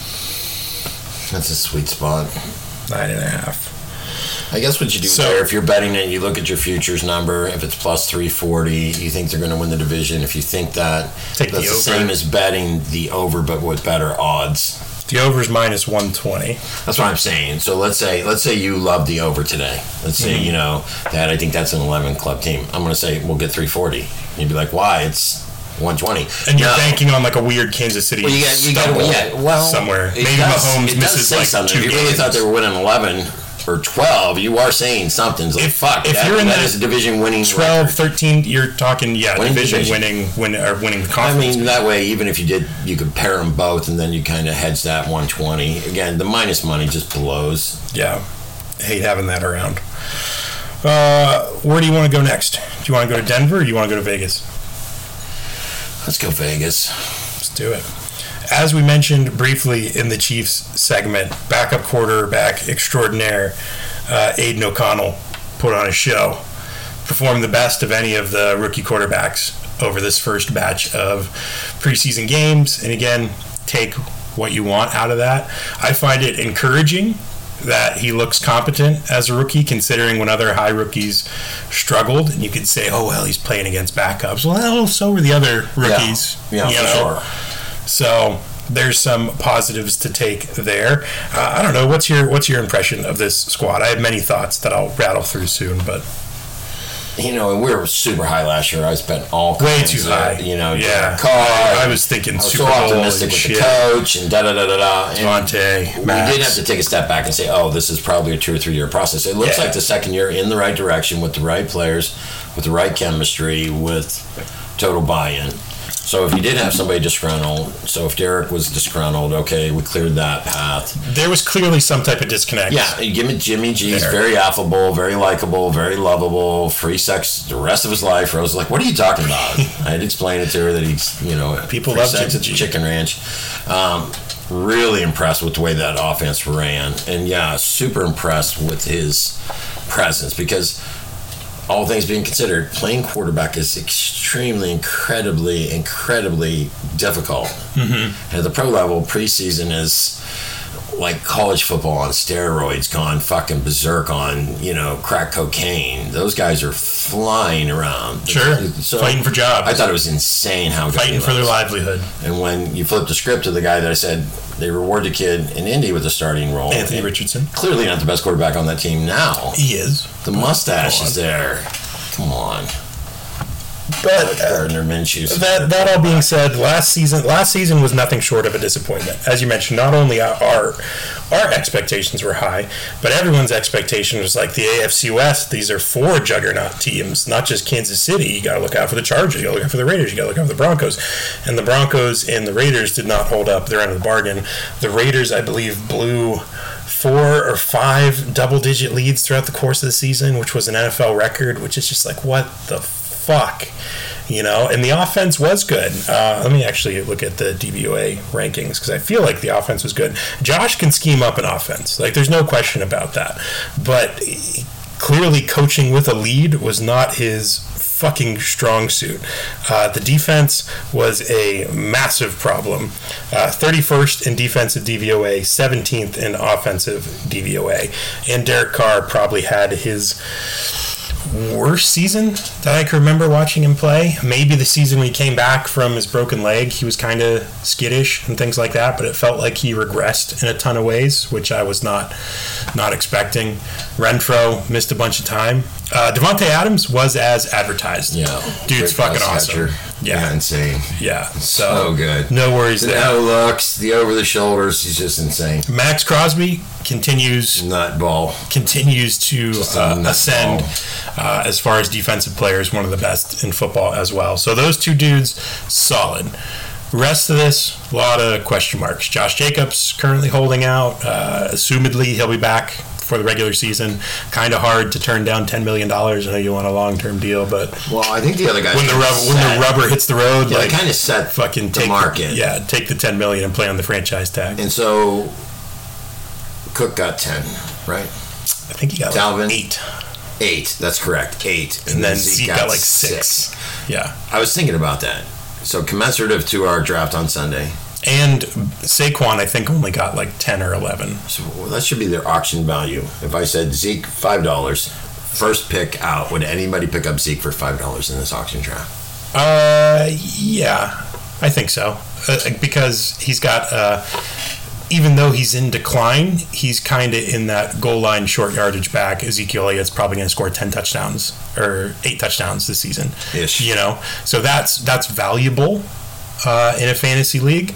S2: That's a sweet spot.
S1: Nine and a half.
S2: I guess what you do
S1: So-
S2: there, if you're betting it, you look at your futures number. If it's plus 340, you think they're going to win the division. If you think that,
S1: Take the
S2: that's the,
S1: over.
S2: same as betting the over, but with better odds.
S1: The over's minus 120.
S2: That's what I'm saying. So let's say let's say you love the over today. Let's
S1: Mm-hmm.
S2: say you know that I think that's an 11 club team. I'm going to say we'll get 340. You'd be like, why? It's 120.
S1: And you're
S2: No.
S1: banking on like a weird Kansas City
S2: Well, you got, you got
S1: stumble
S2: yeah, well,
S1: somewhere.
S2: it
S1: Maybe
S2: does- it
S1: Mahomes
S2: does
S1: misses
S2: say
S1: like
S2: something.
S1: two
S2: If you
S1: games.
S2: really thought they were winning 11 or 12, you are saying something. It's like,
S1: If-
S2: fuck,
S1: if
S2: that-
S1: you're in
S2: that
S1: that
S2: is a division winning
S1: 12, 13, you're talking, yeah,
S2: Winning
S1: division,
S2: division.
S1: winning win, or winning the
S2: I
S1: conference.
S2: mean, that way, even if you did, you could pair them both, and then you kind of hedge that 120. Again, the minus money just blows.
S1: yeah, hate having that around. Uh, where do you want to go next? Do you want to go to Denver or do you want to go to Vegas?
S2: Let's go Vegas.
S1: Let's do it. As we mentioned briefly in the Chiefs segment, backup quarterback extraordinaire uh, Aiden O'Connell put on a show, performed the best of any of the rookie quarterbacks over this first batch of preseason games. And again, take what you want out of that. I find it encouraging that he looks competent as a rookie, considering when other high rookies struggled. And you could say, oh, well, he's playing against backups. Well, so were the other rookies.
S2: Yeah,
S1: you
S2: for
S1: know?
S2: sure.
S1: So there's some positives to take there. Uh, I don't know what's your what's your impression of this squad. I have many thoughts that I'll rattle through soon, but
S2: You know, and we were super high last year. I spent all
S1: way
S2: kinds
S1: too
S2: of,
S1: high.
S2: You know,
S1: yeah.
S2: Derek Carr.
S1: I, I was thinking
S2: I was
S1: Super
S2: so
S1: Bowl and
S2: optimistic with
S1: shit.
S2: the coach and da da da da da. And
S1: Devontae,
S2: we
S1: Max.
S2: did have to take a step back and say, oh, this is probably a two or three year process. It looks
S1: Yeah.
S2: like the second year in the right direction with the right players, with the right chemistry, with total buy in. So if you did have somebody disgruntled, so if Derek was disgruntled, okay, we cleared that path.
S1: There was clearly some type of disconnect.
S2: Yeah, and give me Jimmy G. He's
S1: There.
S2: very affable, very likable, very lovable, free sex the rest of his life. I was like, what are you talking about? I had to explain it to her that he's, you know,
S1: People
S2: free
S1: love
S2: sex
S1: Jimmy
S2: at
S1: G.
S2: the Chicken Ranch. Um, really impressed with the way that offense ran. And yeah, super impressed with his presence because all things being considered, playing quarterback is extremely, incredibly, incredibly difficult. Mm-hmm. At the pro level, preseason is like college football on steroids, gone fucking berserk on you know crack cocaine. Those guys are flying around,
S1: Sure. Fighting for jobs.
S2: I thought it was insane how good
S1: Fighting
S2: he
S1: for their
S2: was.
S1: livelihood.
S2: And when you flip the script to the guy that I said they reward the kid in Indy with a starting role,
S1: Anthony
S2: and
S1: Richardson.
S2: clearly not the best quarterback on that team now.
S1: He is.
S2: The mustache is there. Come on.
S1: But uh,
S2: Gardner Minshew.
S1: that that all being said, last season last season was nothing short of a disappointment. As you mentioned, not only our our, our expectations were high, but everyone's expectation was like the AFC West. These are four juggernaut teams, not just Kansas City. You got to look out for the Chargers. You got to look out for the Raiders. You got to look out for the Broncos. And the Broncos and the Raiders did not hold up their end of the bargain. The Raiders, I believe, blew four or five double digit leads throughout the course of the season, which was an NFL record, which is just like, what the fuck? You know, and the offense was good. Uh, let me actually look at the DVOA rankings because I feel like the offense was good. Josh can scheme up an offense, like, there's no question about that. But clearly, coaching with a lead was not his fucking strong suit. Uh, the defense was a massive problem. Uh, 31st in defensive DVOA, 17th in offensive DVOA. And Derek Carr probably had his worst season that I can remember watching him play. Maybe the season when he came back from his broken leg, he was kind of skittish and things like that, but it felt like he regressed in a ton of ways, which I was not not expecting. Renfro missed a bunch of time. Uh, Devontae Adams was as advertised.
S2: Yeah.
S1: Dude's
S2: Great
S1: fucking
S2: pass
S1: awesome.
S2: catcher.
S1: Yeah.
S2: Insane.
S1: Yeah. So,
S2: So good.
S1: no worries
S2: The
S1: there.
S2: no looks, the over the shoulders, he's just insane.
S1: Max Crosby continues
S2: Nut ball.
S1: continues to
S2: a
S1: uh,
S2: nut
S1: ascend uh, as far as defensive players, one of the best in football as well. So those two dudes, solid. Rest of this, a lot of question marks. Josh Jacobs currently holding out. Uh, assumedly, he'll be back for the regular season. Kind of hard to turn down $10 million. I know you want a long term deal, but
S2: Well, I think the other guy
S1: when the, rub- when the rubber hits the road,
S2: yeah,
S1: like
S2: kind of set
S1: fucking
S2: the
S1: take
S2: market.
S1: yeah, take the $10 million and play on the franchise tag.
S2: And so Cook got ten, right?
S1: I think he got like
S2: Dalvin.
S1: eight.
S2: Eight. That's correct. Eight.
S1: And then Zeke got like six. Yeah.
S2: I was thinking about that. So commensurative to our draft on Sunday.
S1: And Saquon, I think, only got like 10 or 11.
S2: So that should be their auction value. If I said Zeke five dollars, first pick out, would anybody pick up Zeke for five dollars in this auction draft?
S1: Uh, yeah, I think so. Uh, because he's got uh, even though he's in decline, he's kind of in that goal line short yardage back. Ezekiel Elliott's probably going to score ten touchdowns or eight touchdowns this season.
S2: Ish.
S1: You know, so that's that's valuable uh, in a fantasy league.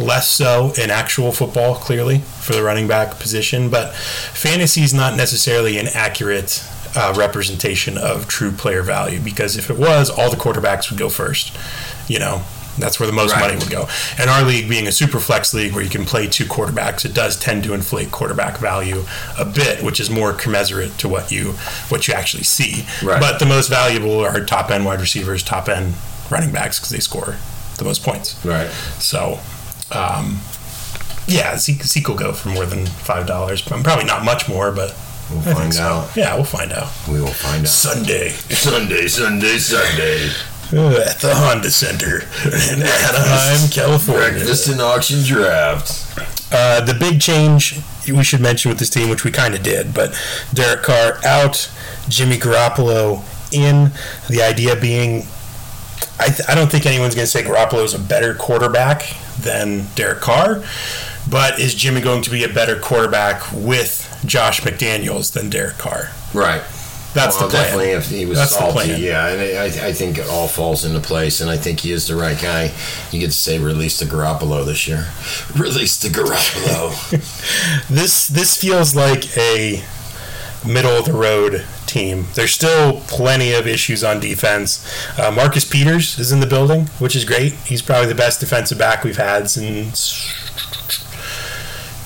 S1: Less so in actual football, clearly for the running back position. But fantasy is not necessarily an accurate. Uh, representation of true player value because if it was, all the quarterbacks would go first. You know, that's where the most
S2: Right.
S1: money would go. And our league being a super flex league where you can play two quarterbacks, it does tend to inflate quarterback value a bit, which is more commensurate to what you what you actually see.
S2: Right.
S1: But the most valuable are top end wide receivers, top end running backs because they score the most points.
S2: Right.
S1: So, um, yeah, Zeke, Zeke will go for more than five dollars. Probably not much more, but
S2: We'll
S1: I think
S2: find
S1: so.
S2: out.
S1: Yeah, we'll find out
S2: We will find out.
S1: Sunday
S2: Sunday, Sunday, Sunday.
S1: at the Honda Center in Anaheim, California.
S2: Breakfast and auction draft.
S1: Uh, the big change we should mention with this team, which we kind of did, but Derek Carr out, Jimmy Garoppolo in. The idea being, I, th- I don't think anyone's going to say Garoppolo is a better quarterback than Derek Carr, but is Jimmy going to be a better quarterback with Josh McDaniels than Derek Carr?
S2: Right.
S1: That's
S2: well,
S1: the plan.
S2: definitely if he was
S1: That's the
S2: salty.
S1: plan.
S2: Yeah, and I, I- I think it all falls into place, and I think he is the right guy. You get to say release the Garoppolo this year. Release the Garoppolo.
S1: This this feels like a middle of the road team. There's still plenty of issues on defense. Uh, Marcus Peters is in the building, which is great. He's probably the best defensive back we've had since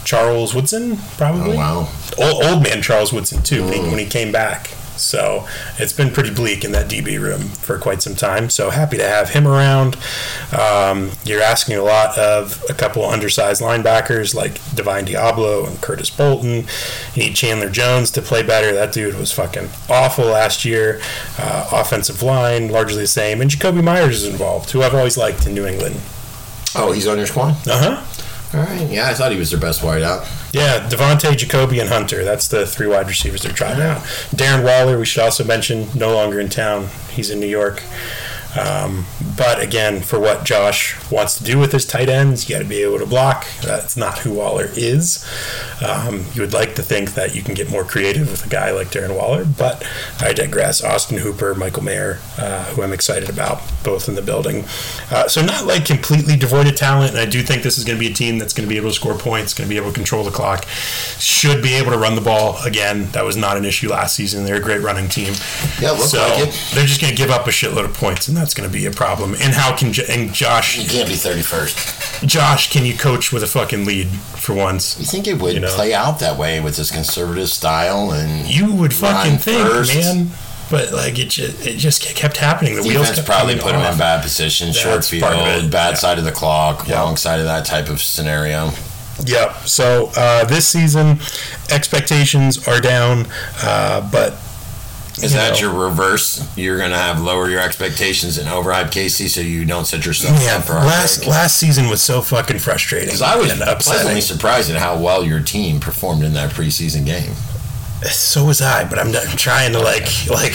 S1: Charles Woodson,
S2: oh,
S1: probably.
S2: wow.
S1: old, old man Charles Woodson too when, he, when he came back. So it's been pretty bleak in that DB room for quite some time. So happy to have him around. Um, you're asking a lot of a couple undersized linebackers like Divine Diablo and Curtis Bolton. You need Chandler Jones to play better. That dude was fucking awful last year. Uh, offensive line largely the same, and Jacoby Myers is involved, who I've always liked in New England.
S2: Oh, he's on your squad?
S1: Uh huh.
S2: All right. Yeah, I thought he was their best wideout.
S1: Yeah, Devontae, Jacoby, and Hunter. That's the three wide receivers they're trying out. Darren Waller, we should also mention, no longer in town. He's in New York. Um, but again, for what Josh wants to do with his tight ends, you got to be able to block. That's not who Waller is. Um, you would like to think that you can get more creative with a guy like Darren Waller, but I digress. Austin Hooper, Michael Mayer, uh, who I'm excited about, both in the building. Uh, so not like completely devoid of talent, and I do think this is going to be a team that's going to be able to score points, going to be able to control the clock, should be able to run the ball again. That was not an issue last season. They're a great running team.
S2: Yeah, it looked
S1: so
S2: like it.
S1: they're just going to give up a shitload of points, and that's going to be a problem. And how can J- and
S2: He
S1: Josh
S2: can't be 31st.
S1: Josh can you coach with a fucking lead for once?
S2: You think it would
S1: You know?
S2: play out that way with his conservative style and
S1: You would fucking
S2: Run
S1: think,
S2: first.
S1: man. But like it, just, it just kept happening. The wheels
S2: defense
S1: kept
S2: probably
S1: coming
S2: put him
S1: off.
S2: in bad position, short
S1: That's
S2: field,
S1: part of it.
S2: bad
S1: Yeah.
S2: side of the clock,
S1: Yeah.
S2: wrong side of that type of scenario.
S1: Yep. So uh, this season, expectations are down, uh, but
S2: Is
S1: You
S2: that
S1: know.
S2: your reverse? You're gonna have lower your expectations and overhype Casey, so you don't set yourself
S1: yeah,
S2: up for
S1: last last season was so fucking frustrating.
S2: Because I was
S1: and
S2: pleasantly
S1: upsetting.
S2: surprised at how well your team performed in that preseason game.
S1: So was I, but I'm not I'm trying to like like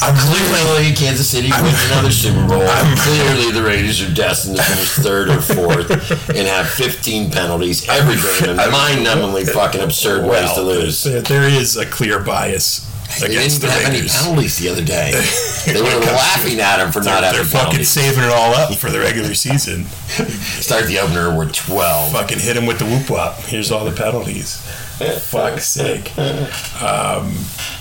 S1: I'm literally
S2: Clearly, Kansas City wins another Super Bowl. Clearly, the Raiders are destined to finish third or fourth and have 15 penalties every game.
S1: I'm-
S2: Mind-numbingly fucking absurd ways to lose.
S1: There, there is a clear bias
S2: They
S1: against
S2: didn't
S1: the
S2: even have any
S1: Raiders.
S2: penalties the other day. They
S1: When
S2: were
S1: it comes
S2: laughing at him for not
S1: They're
S2: having
S1: fucking
S2: penalties.
S1: saving it all up for the regular season.
S2: Start the opener with 12.
S1: fucking hit him with the whoop wop. Here's all the penalties. Fuck's sake. Um,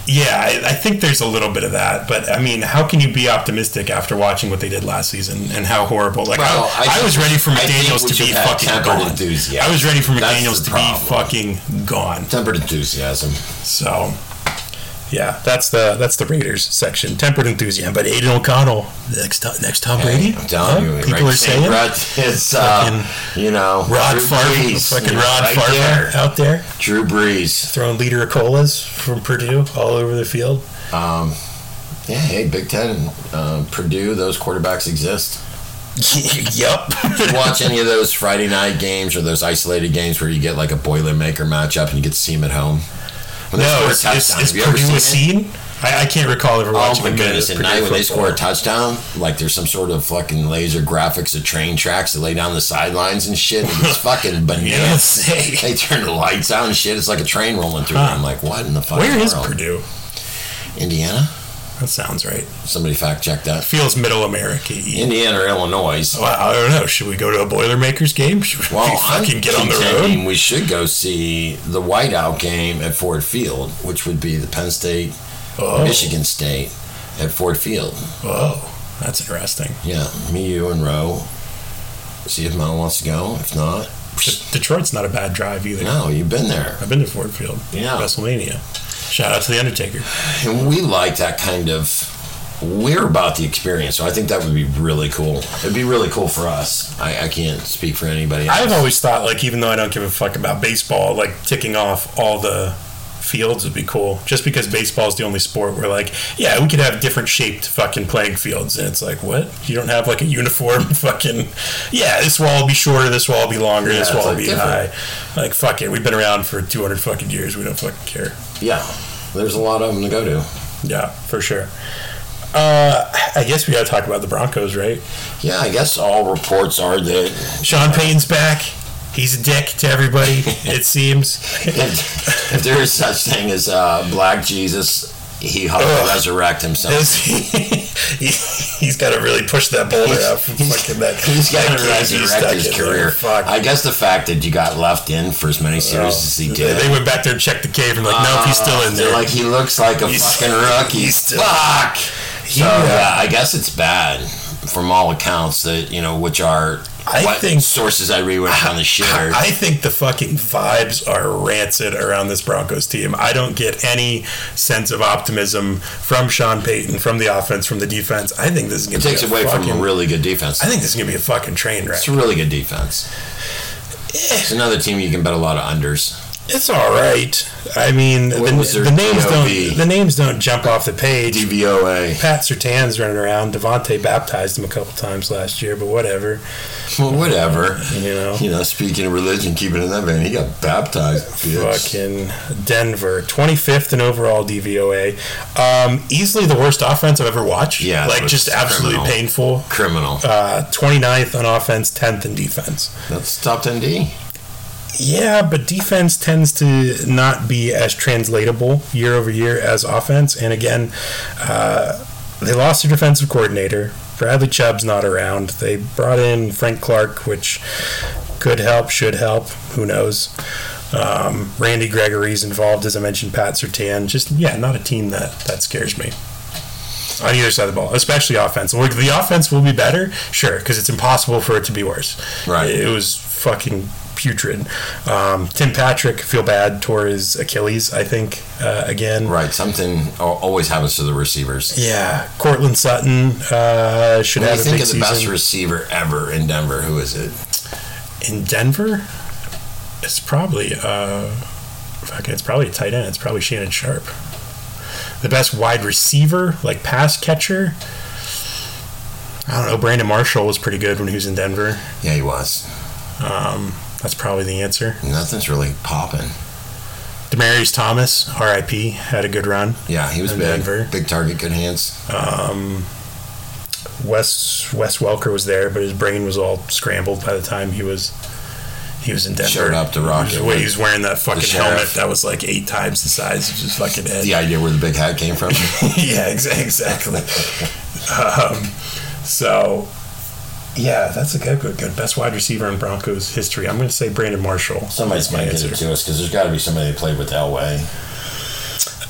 S1: yeah, I, I think there's a little bit of that, but I mean, how can you be optimistic after watching what they did last season and how horrible? Like,
S2: Well,
S1: I,
S2: I
S1: I was
S2: think-
S1: ready for
S2: I think
S1: McDaniel's
S2: we
S1: to
S2: should
S1: be
S2: have
S1: fucking
S2: tempered
S1: gone.
S2: enthusiasm.
S1: I was ready for
S2: That's
S1: McDaniel's
S2: the
S1: to
S2: problem.
S1: be fucking gone.
S2: Tempered enthusiasm.
S1: So, yeah, that's the that's the Raiders section. Tempered enthusiasm, but Aiden O'Connell next to- next Tom Brady.
S2: I'm telling
S1: huh?
S2: you,
S1: people
S2: right
S1: are saying
S2: Rod, it's uh, you know
S1: Rod
S2: Drew
S1: Farber,
S2: Brees,
S1: fucking
S2: you know,
S1: Rod
S2: right
S1: Farber
S2: there.
S1: out there.
S2: Drew Brees.
S1: throwing liter of colas from Purdue all over the field.
S2: Um, yeah, hey, Big Ten, uh, Purdue, those quarterbacks exist.
S1: yep.
S2: Did you watch any of those Friday night games or those isolated games where you get like a Boilermaker matchup and you get to see them at home? When they
S1: No,
S2: score a
S1: it's, it's,
S2: touchdown,
S1: it's
S2: have you ever
S1: Purdue a
S2: seen it?
S1: scene? I, I can't recall ever
S2: Oh
S1: watching a
S2: my
S1: minute
S2: goodness!
S1: of
S2: At
S1: Purdue
S2: night when they score a
S1: football.
S2: touchdown, like there's some sort of fucking laser graphics of train tracks that lay down the sidelines and shit. And it's fucking bananas.
S1: Yes.
S2: they turn the lights out and shit. It's like a train rolling through. I'm like, what in the fuck?
S1: Where is
S2: world?
S1: Purdue?
S2: Indiana?
S1: That sounds right.
S2: Somebody fact check that.
S1: Feels middle America.
S2: Indiana or Illinois?
S1: Well, I don't know. Should we go to a Boilermakers game? Should we
S2: Well, I'm
S1: fucking get on the
S2: contending
S1: road?
S2: We should go see the whiteout game at Ford Field, which would be the Penn State,
S1: Oh.
S2: Michigan State at Ford Field.
S1: Oh, that's interesting.
S2: Yeah, me, you, and Roe. See if Mel wants to go. If not,
S1: De- Detroit's not a bad drive either.
S2: no, you've been there.
S1: I've been to Ford Field.
S2: Yeah.
S1: WrestleMania. Shout out to The Undertaker.
S2: And we like that kind of. We're about the experience, so I think that would be really cool. It'd be really cool for us. I, I can't speak for anybody else.
S1: I've always thought, like, even though I don't give a fuck about baseball, like, ticking off all the fields would be cool. Just because baseball's the only sport where, like, yeah, we could have different shaped fucking playing fields. And it's like, what? You don't have, like, a uniform fucking, yeah, this wall will be shorter, this wall will be longer,
S2: Yeah,
S1: this
S2: it's,
S1: wall will
S2: like,
S1: be
S2: different.
S1: high. Like, fuck it. We've been around for 200 fucking years. We don't fucking care.
S2: yeah, there's a lot of them to go to.
S1: Yeah, for sure. Uh, I guess we gotta talk about the Broncos, right?
S2: Yeah, I guess all reports are that
S1: Sean Payton's back. He's a dick to everybody, it seems.
S2: if, if there is such thing as uh, black Jesus, he had to
S1: Ugh.
S2: resurrect himself.
S1: Is he, he's got to really push that boulder up. from Fucking that.
S2: He's got
S1: that
S2: to
S1: rise he's stuck
S2: resurrect his
S1: in there.
S2: career.
S1: Fuck.
S2: I guess the fact that you got left in for as many series as he
S1: They-
S2: did. Ah,
S1: They went back there and checked the cave and like, nope, he's still in
S2: They're
S1: there.
S2: like, he looks like a
S1: He's-
S2: fucking rookie.
S1: he's still-
S2: Fuck! So,
S1: Yeah.
S2: yeah, I guess it's bad from all accounts that, you know, which are
S1: I
S2: what
S1: think-
S2: sources I read on the shitter.
S1: I think the fucking vibes are rancid around this Broncos team. I don't get any sense of optimism from Sean Payton, from the offense, from the defense. I think this is gonna
S2: It takes
S1: be a
S2: away
S1: fucking,
S2: from a really good defense.
S1: I think this is gonna be a fucking train wreck.
S2: It's a really good defense.
S1: Eh.
S2: It's another team you can bet a lot of unders.
S1: It's all right. I mean, the,
S2: was their
S1: the names
S2: DOB?
S1: don't the names don't jump off the page.
S2: DVOA.
S1: Pat Sertan's running around. Devontae baptized him a couple times last year, but whatever.
S2: Well, whatever.
S1: You know,
S2: You know, speaking of religion, keeping it in that vein, he got baptized. Bitch.
S1: fucking Denver, 25th in overall DVOA. Um, easily the worst offense I've ever watched.
S2: Yeah, it
S1: like
S2: was
S1: just absolutely
S2: criminal.
S1: painful.
S2: Criminal.
S1: Uh, 29th on offense, 10th in defense.
S2: That's top 10 D.
S1: Yeah, but defense tends to not be as translatable year over year as offense. And again, uh, they lost their defensive coordinator. Bradley Chubb's not around. They brought in Frank Clark, which could help, should help. Who knows? Um, Randy Gregory's involved, as I mentioned. Pat Sertan. Just yeah, not a team that that scares me. On either side of the ball, especially offense. Like the offense will be better, sure, because it's impossible for it to be worse.
S2: Right.
S1: It was fucking putrid. Um, Tim Patrick, feel bad, tore his Achilles, I think, uh, again.
S2: Right. Something al- always happens to the receivers.
S1: Yeah, Cortland Sutton uh, should
S2: When you
S1: have a
S2: think
S1: big
S2: of the best
S1: season
S2: receiver ever in Denver, who is it?
S1: in Denver. It's probably uh, fuck, it's probably a tight end. It's probably Shannon Sharp. The best wide receiver, like pass catcher. I don't know. Brandon Marshall was pretty good when he was in Denver.
S2: Yeah, he was.
S1: Um, that's probably the answer.
S2: Nothing's really popping.
S1: Demarius Thomas, R.I.P., had a good run.
S2: Yeah, he was
S1: In
S2: big.
S1: Denver.
S2: Big target, good hands.
S1: Um, Wes Wes Welker was there, but his brain was all scrambled by the time he was he was in Denver.
S2: Showed up to rock
S1: He
S2: it
S1: was,
S2: with
S1: he was wearing that fucking
S2: sheriff.
S1: helmet that was like eight times the size of his fucking head.
S2: The idea where the big hat came from.
S1: yeah, exa- exactly. um, so. Yeah, that's a good, good, good. Best wide receiver in Broncos history. I'm going to say Brandon Marshall.
S2: Somebody's
S1: That's my
S2: going to give
S1: answer.
S2: it to us because there's got to be somebody that played with Elway.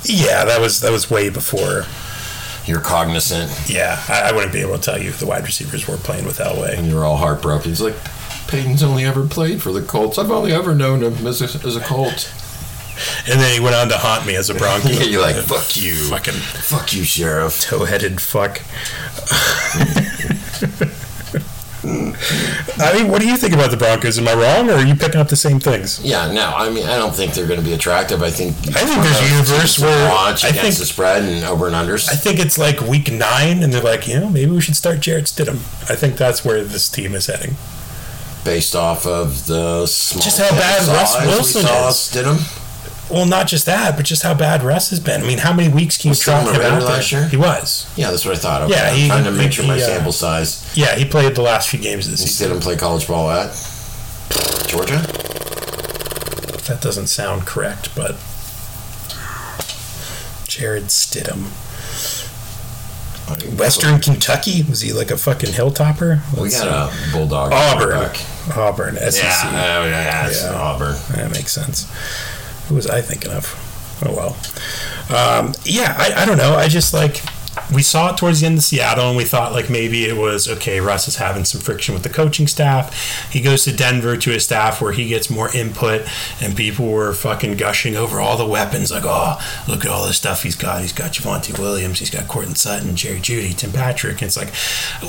S1: Yeah, that was that was way before.
S2: You're cognizant
S1: Yeah, I, I wouldn't be able to tell you if the wide receivers were playing with Elway.
S2: and you're all heartbroken. It's like, Peyton's only ever played for the Colts. I've only ever known him as a, as a Colt.
S1: And then he went on to haunt me as a Bronco.
S2: Yeah, you're like, fuck you.
S1: Fucking
S2: Fuck you, Sheriff.
S1: toe headed fuck. I mean, what do you think about the Broncos? Am I wrong, or are you picking up the same things?
S2: Yeah, no, I mean, I don't think they're going to be attractive. I think
S1: I think there's a universe where
S2: watch
S1: I
S2: against the
S1: think
S2: spread and over and unders.
S1: I think it's like week nine, and they're like, you know, maybe we should start Jarrett Stidham. I think that's where this team is heading.
S2: based off of the small
S1: Just how bad
S2: sample
S1: Russ
S2: size we
S1: Wilson
S2: saw
S1: is.
S2: Stidham.
S1: Well, not just that, but just how bad Russ has been. I mean, how many weeks can you
S2: Was
S1: trot
S2: Tom
S1: him
S2: Lavender
S1: out there?
S2: last year?
S1: He was.
S2: Yeah, that's what I thought. Okay,
S1: Yeah,
S2: I'm
S1: he-
S2: trying to make
S1: he-
S2: sure my
S1: he, uh,
S2: sample size.
S1: Yeah, he played the last few games of the
S2: He
S1: season.
S2: did him play college ball at Georgia.
S1: That doesn't sound correct, but Jared Stidham, Western Kentucky. Was he like a fucking hilltopper?
S2: We
S1: Let's
S2: got
S1: see.
S2: a bulldog.
S1: Auburn.
S2: quarterback.
S1: Auburn. SEC.
S2: Yeah, oh, yeah, it's
S1: Yeah. Uh-huh.
S2: Auburn.
S1: That makes sense. Who was I thinking of? Oh well. Um, yeah, I, I don't know. I just like we saw it towards the end of Seattle, and we thought like maybe it was okay. Russ is having some friction with the coaching staff. He goes to Denver to a staff where he gets more input, and people were fucking gushing over all the weapons. Like, oh, look at all the stuff he's got. He's got Javante Williams. He's got Cortland Sutton, Jerry Judy, Tim Patrick. And it's like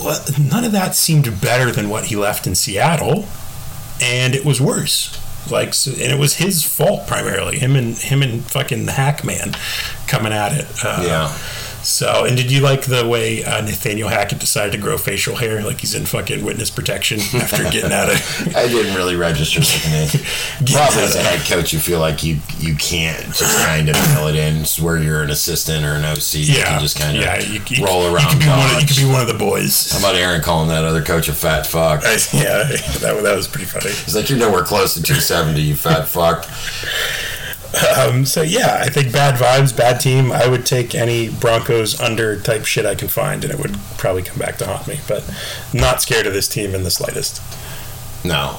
S1: well, none of that seemed better than what he left in Seattle and it was worse. Like, so, and it was his fault primarily. Him and him and fucking the Hackman coming at it. Uh,
S2: Yeah.
S1: So, and did you like the way uh, Nathaniel Hackett decided to grow facial hair? Like he's in fucking witness protection after getting out of.
S2: I didn't really register with me. Probably as a head coach, you feel like you you can't just kind of fill it in. It's where you're an assistant or an OC, you
S1: Yeah,
S2: can just kind of
S1: yeah, you, you-
S2: roll
S1: you
S2: around.
S1: could be one of, you
S2: dodge. Um,
S1: could be one of the boys.
S2: How about Aaron calling that other coach a fat fuck?
S1: I, yeah, that, that was pretty funny.
S2: He's like, you're nowhere close to 270, you fat fuck.
S1: Um, so yeah, I think bad vibes, bad team. I would take any Broncos under type shit I can find, and it would probably come back to haunt me. But not scared of this team in the slightest.
S2: No.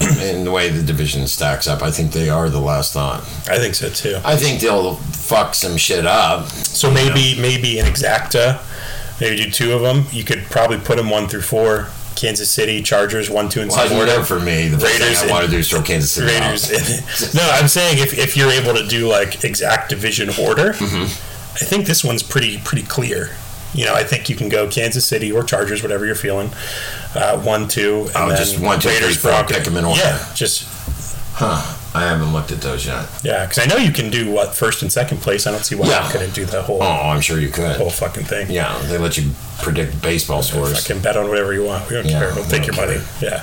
S2: And the way the division stacks up, I think they are the last on.
S1: I think so too.
S2: I think they'll fuck some shit up.
S1: So maybe maybe an exacta, maybe do two of them. You could probably put them one through four. Kansas City Chargers one, two, and
S2: Well,
S1: four.
S2: you know, for me, the first
S1: Raiders
S2: thing
S1: and-
S2: I want to do is throw Kansas City out.
S1: Raiders. no, I'm saying if, if you're able to do like exact division order,
S2: Mm-hmm.
S1: I think this one's pretty pretty clear. You know, I think you can go Kansas City or Chargers, whatever you're feeling. Uh, one, two, and
S2: Oh,
S1: then
S2: just one, two, three, four,
S1: Broncos.
S2: pick 'em in order.
S1: Yeah, just
S2: Huh. I haven't looked at those yet.
S1: yeah, because I know you can do what first and second place. I don't see why
S2: Yeah.
S1: you couldn't do the whole
S2: Oh, I'm sure you could.
S1: whole fucking thing.
S2: Yeah, they let you predict baseball scores.
S1: Fucking bet on whatever you want. We don't
S2: Yeah,
S1: care. We'll
S2: we
S1: take
S2: don't
S1: your money. Yeah.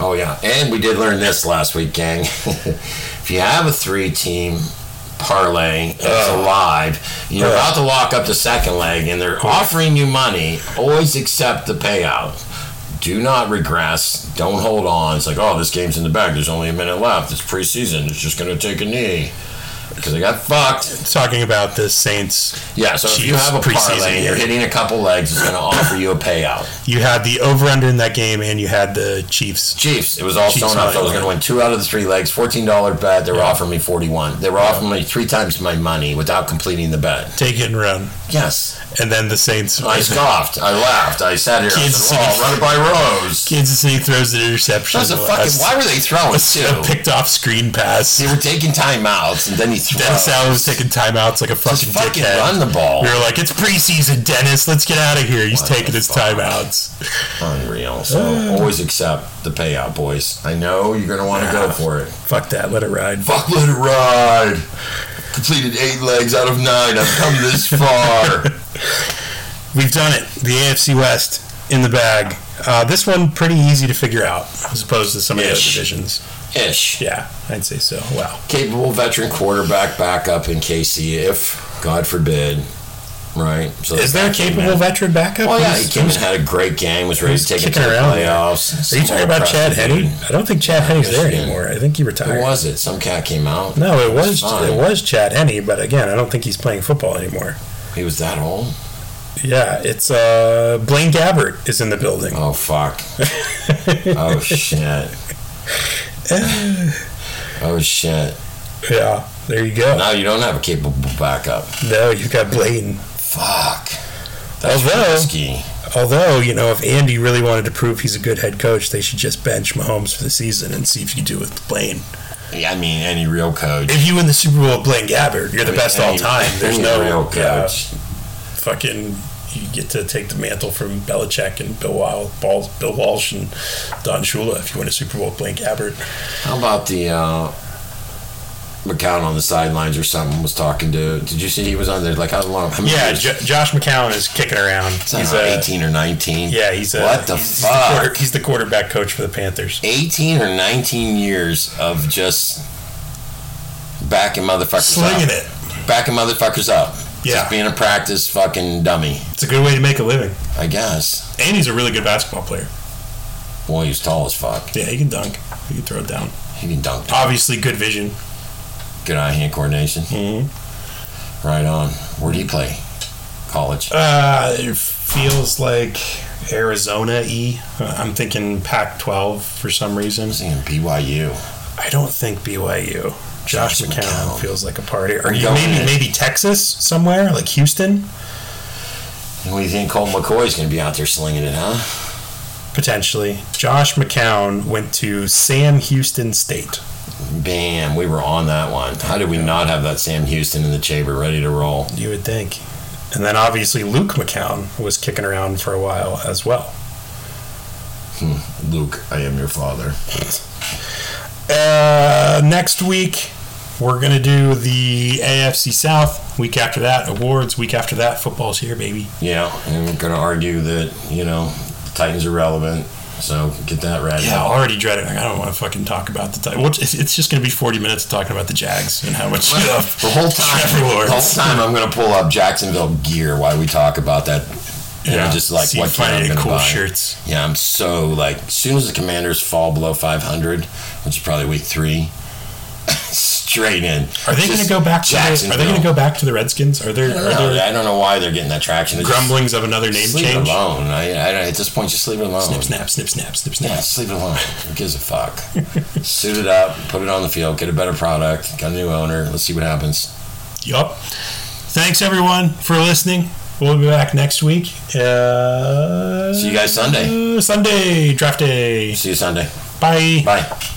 S2: Oh yeah, and we did learn this last week, gang. if you have a three-team parlay, it's alive. You're
S1: Ugh.
S2: about to lock up the second leg, and they're offering you money. Always accept the payout. Do not regress. Don't hold on. It's like, oh, this game's in the bag. There's only a minute left. It's preseason. It's just gonna take a knee because I got fucked.
S1: Talking about the Saints,
S2: Yeah. So if you
S1: Chiefs
S2: have a
S1: preseason
S2: parlay, and you're
S1: game.
S2: hitting a couple legs. It's gonna offer you a payout.
S1: you had the over under in that game, and you had the Chiefs.
S2: Chiefs. It was all
S1: Chiefs
S2: sewn up. I was
S1: money
S2: going to win two out of the three legs. Fourteen dollar bet. They were offering me forty one. They were offering me three times my money without completing the bet.
S1: Take it and run,
S2: Yes,
S1: and then the Saints.
S2: I scoffed. I laughed. I sat here. I
S1: Kansas
S2: said,
S1: City.
S2: "Oh, run it by Rose."
S1: Kansas City throws an interception.
S2: That was a
S1: A-
S2: fucking. Why were they throwing
S1: a,
S2: two?
S1: picked off screen pass.
S2: They were taking timeouts, and then he threw.
S1: Dennis Allen was taking timeouts like a fucking
S2: Just fucking
S1: dickhead.
S2: run the ball.
S1: We were like, "It's preseason, Dennis. Let's get out of here." He's
S2: the
S1: taking his
S2: fuck?
S1: timeouts.
S2: Unreal. So always accept the payout, boys. I know you're going to want to go for it.
S1: Fuck that. Let it ride.
S2: Fuck, let it ride. Completed eight legs out of nine. I've come this far.
S1: We've done it. The AFC West in the bag. Uh, this one pretty easy to figure out as opposed to some of the other
S2: Ish.
S1: divisions.
S2: Ish.
S1: Yeah, I'd say so. Wow.
S2: capable veteran quarterback backup in KC if, God forbid, right? So
S1: Is there a capable veteran backup?
S2: Oh yeah, he
S1: Who's-
S2: came and had a great game. Was ready to take it to
S1: kicking
S2: the
S1: around.
S2: playoffs.
S1: Are you talking about Chad Henney? I don't think Chad Henney's there
S2: Michigan.
S1: anymore. I think he retired.
S2: Who was it? Some cat came out.
S1: No, it was
S2: fine.
S1: it was Chad Henney, but again, I don't think he's playing football anymore.
S2: He was that old.
S1: Yeah, it's uh, Blaine Gabbert is in the building.
S2: Oh fuck. oh shit. Oh shit.
S1: Yeah, there you go.
S2: Now you don't have a capable backup.
S1: No, you've got Blaine.
S2: Fuck. That's
S1: Although-
S2: risky.
S1: Although, you know, if Andy really wanted to prove he's a good head coach, they should just bench Mahomes for the season and see if you do with Blaine.
S2: Yeah, I mean, any real coach.
S1: If you win the Super Bowl with Blaine Gabbert, you're the
S2: I mean,
S1: best all
S2: any-
S1: time. There's
S2: any
S1: no
S2: real coach.
S1: yeah, fucking. You get to take the mantle from Belichick and Bill, Wild, Bal- Bill Walsh and Don Shula if you win a Super Bowl with Blaine Gabbert.
S2: How about the uh, McCown on the sidelines or something was talking to? Did you see he was on there? Like how long? How many
S1: Yeah,
S2: years?
S1: J- Josh McCown is kicking around.
S2: It's, I don't
S1: He's
S2: know,
S1: a,
S2: eighteen or nineteen.
S1: yeah, he's a
S2: what the
S1: he's, he's
S2: fuck?
S1: The quarter, he's the quarterback coach for the Panthers.
S2: eighteen or nineteen years of just backing motherfuckers
S1: Slinging
S2: up.
S1: it.
S2: Backing motherfuckers up.
S1: Yeah.
S2: Just being a practice fucking dummy,
S1: It's a good way to make a living.
S2: I guess.
S1: And he's a really good basketball player.
S2: Boy, he's tall as fuck.
S1: Yeah, he can dunk. He can throw it down.
S2: He can dunk.
S1: Obviously, good vision.
S2: Good eye hand coordination.
S1: Mhm.
S2: Right on. Where do you play? College.
S1: Uh, it feels like Arizona E. I'm thinking Pac 12 for some reason.
S2: I'm saying BYU.
S1: I don't think BYU. Josh
S2: Josh
S1: McCown,
S2: McCown.
S1: feels like a party. Or
S2: I'm
S1: you
S2: going
S1: maybe
S2: in.
S1: maybe Texas somewhere, like Houston,
S2: What do you think Colt McCoy's going to be out there slinging it, huh?
S1: potentially. Josh McCown went to Sam Houston State.
S2: Bam, we were on that one. How did we not have that Sam Houston in the chamber ready to roll?
S1: You would think. And then obviously Luke McCown was kicking around for a while as well.
S2: Luke, I am your father.
S1: Uh, next week, we're going to do the AFC South. Week after that, awards. Week after that, football's here, baby.
S2: Yeah, and I'm going to argue that, you know, Titans are relevant. So get that ready.
S1: Yeah, I already dread it. Like, I don't want to fucking talk about the Titans. Which- it's- It's just going to be 40 minutes talking about the Jags and how much stuff.
S2: The whole time,
S1: Trevor Lawrence.
S2: the whole time, I'm gonna pull up Jacksonville gear while we talk about that. And I'm just like,
S1: See
S2: what
S1: if
S2: can
S1: I
S2: I'm
S1: need
S2: gonna
S1: cool
S2: buy?
S1: shirts.
S2: Yeah, I'm so like, as soon as the Commanders fall below 500, which is probably week three, straight in.
S1: Are they going to
S2: Just
S1: go back to the, Are
S2: Jacksonville.
S1: they going to go back to the Redskins? Are there
S2: I
S1: are
S2: don't, know,
S1: there
S2: I don't know why they're getting that traction. They just
S1: grumblings of another name
S2: sleep
S1: change?
S2: it alone. I, I, at this point, just leave it alone.
S1: Snip, snap, snip, snap, snip, snap.
S2: Yeah, just leave it alone. Who gives a fuck? Suit it up, put it on the field, get a better product, got a new owner. Let's see what happens.
S1: Yup. Thanks everyone for listening. We'll be back next week. Uh,
S2: See you guys Sunday.
S1: Sunday draft day.
S2: See you Sunday.
S1: Bye.
S2: Bye.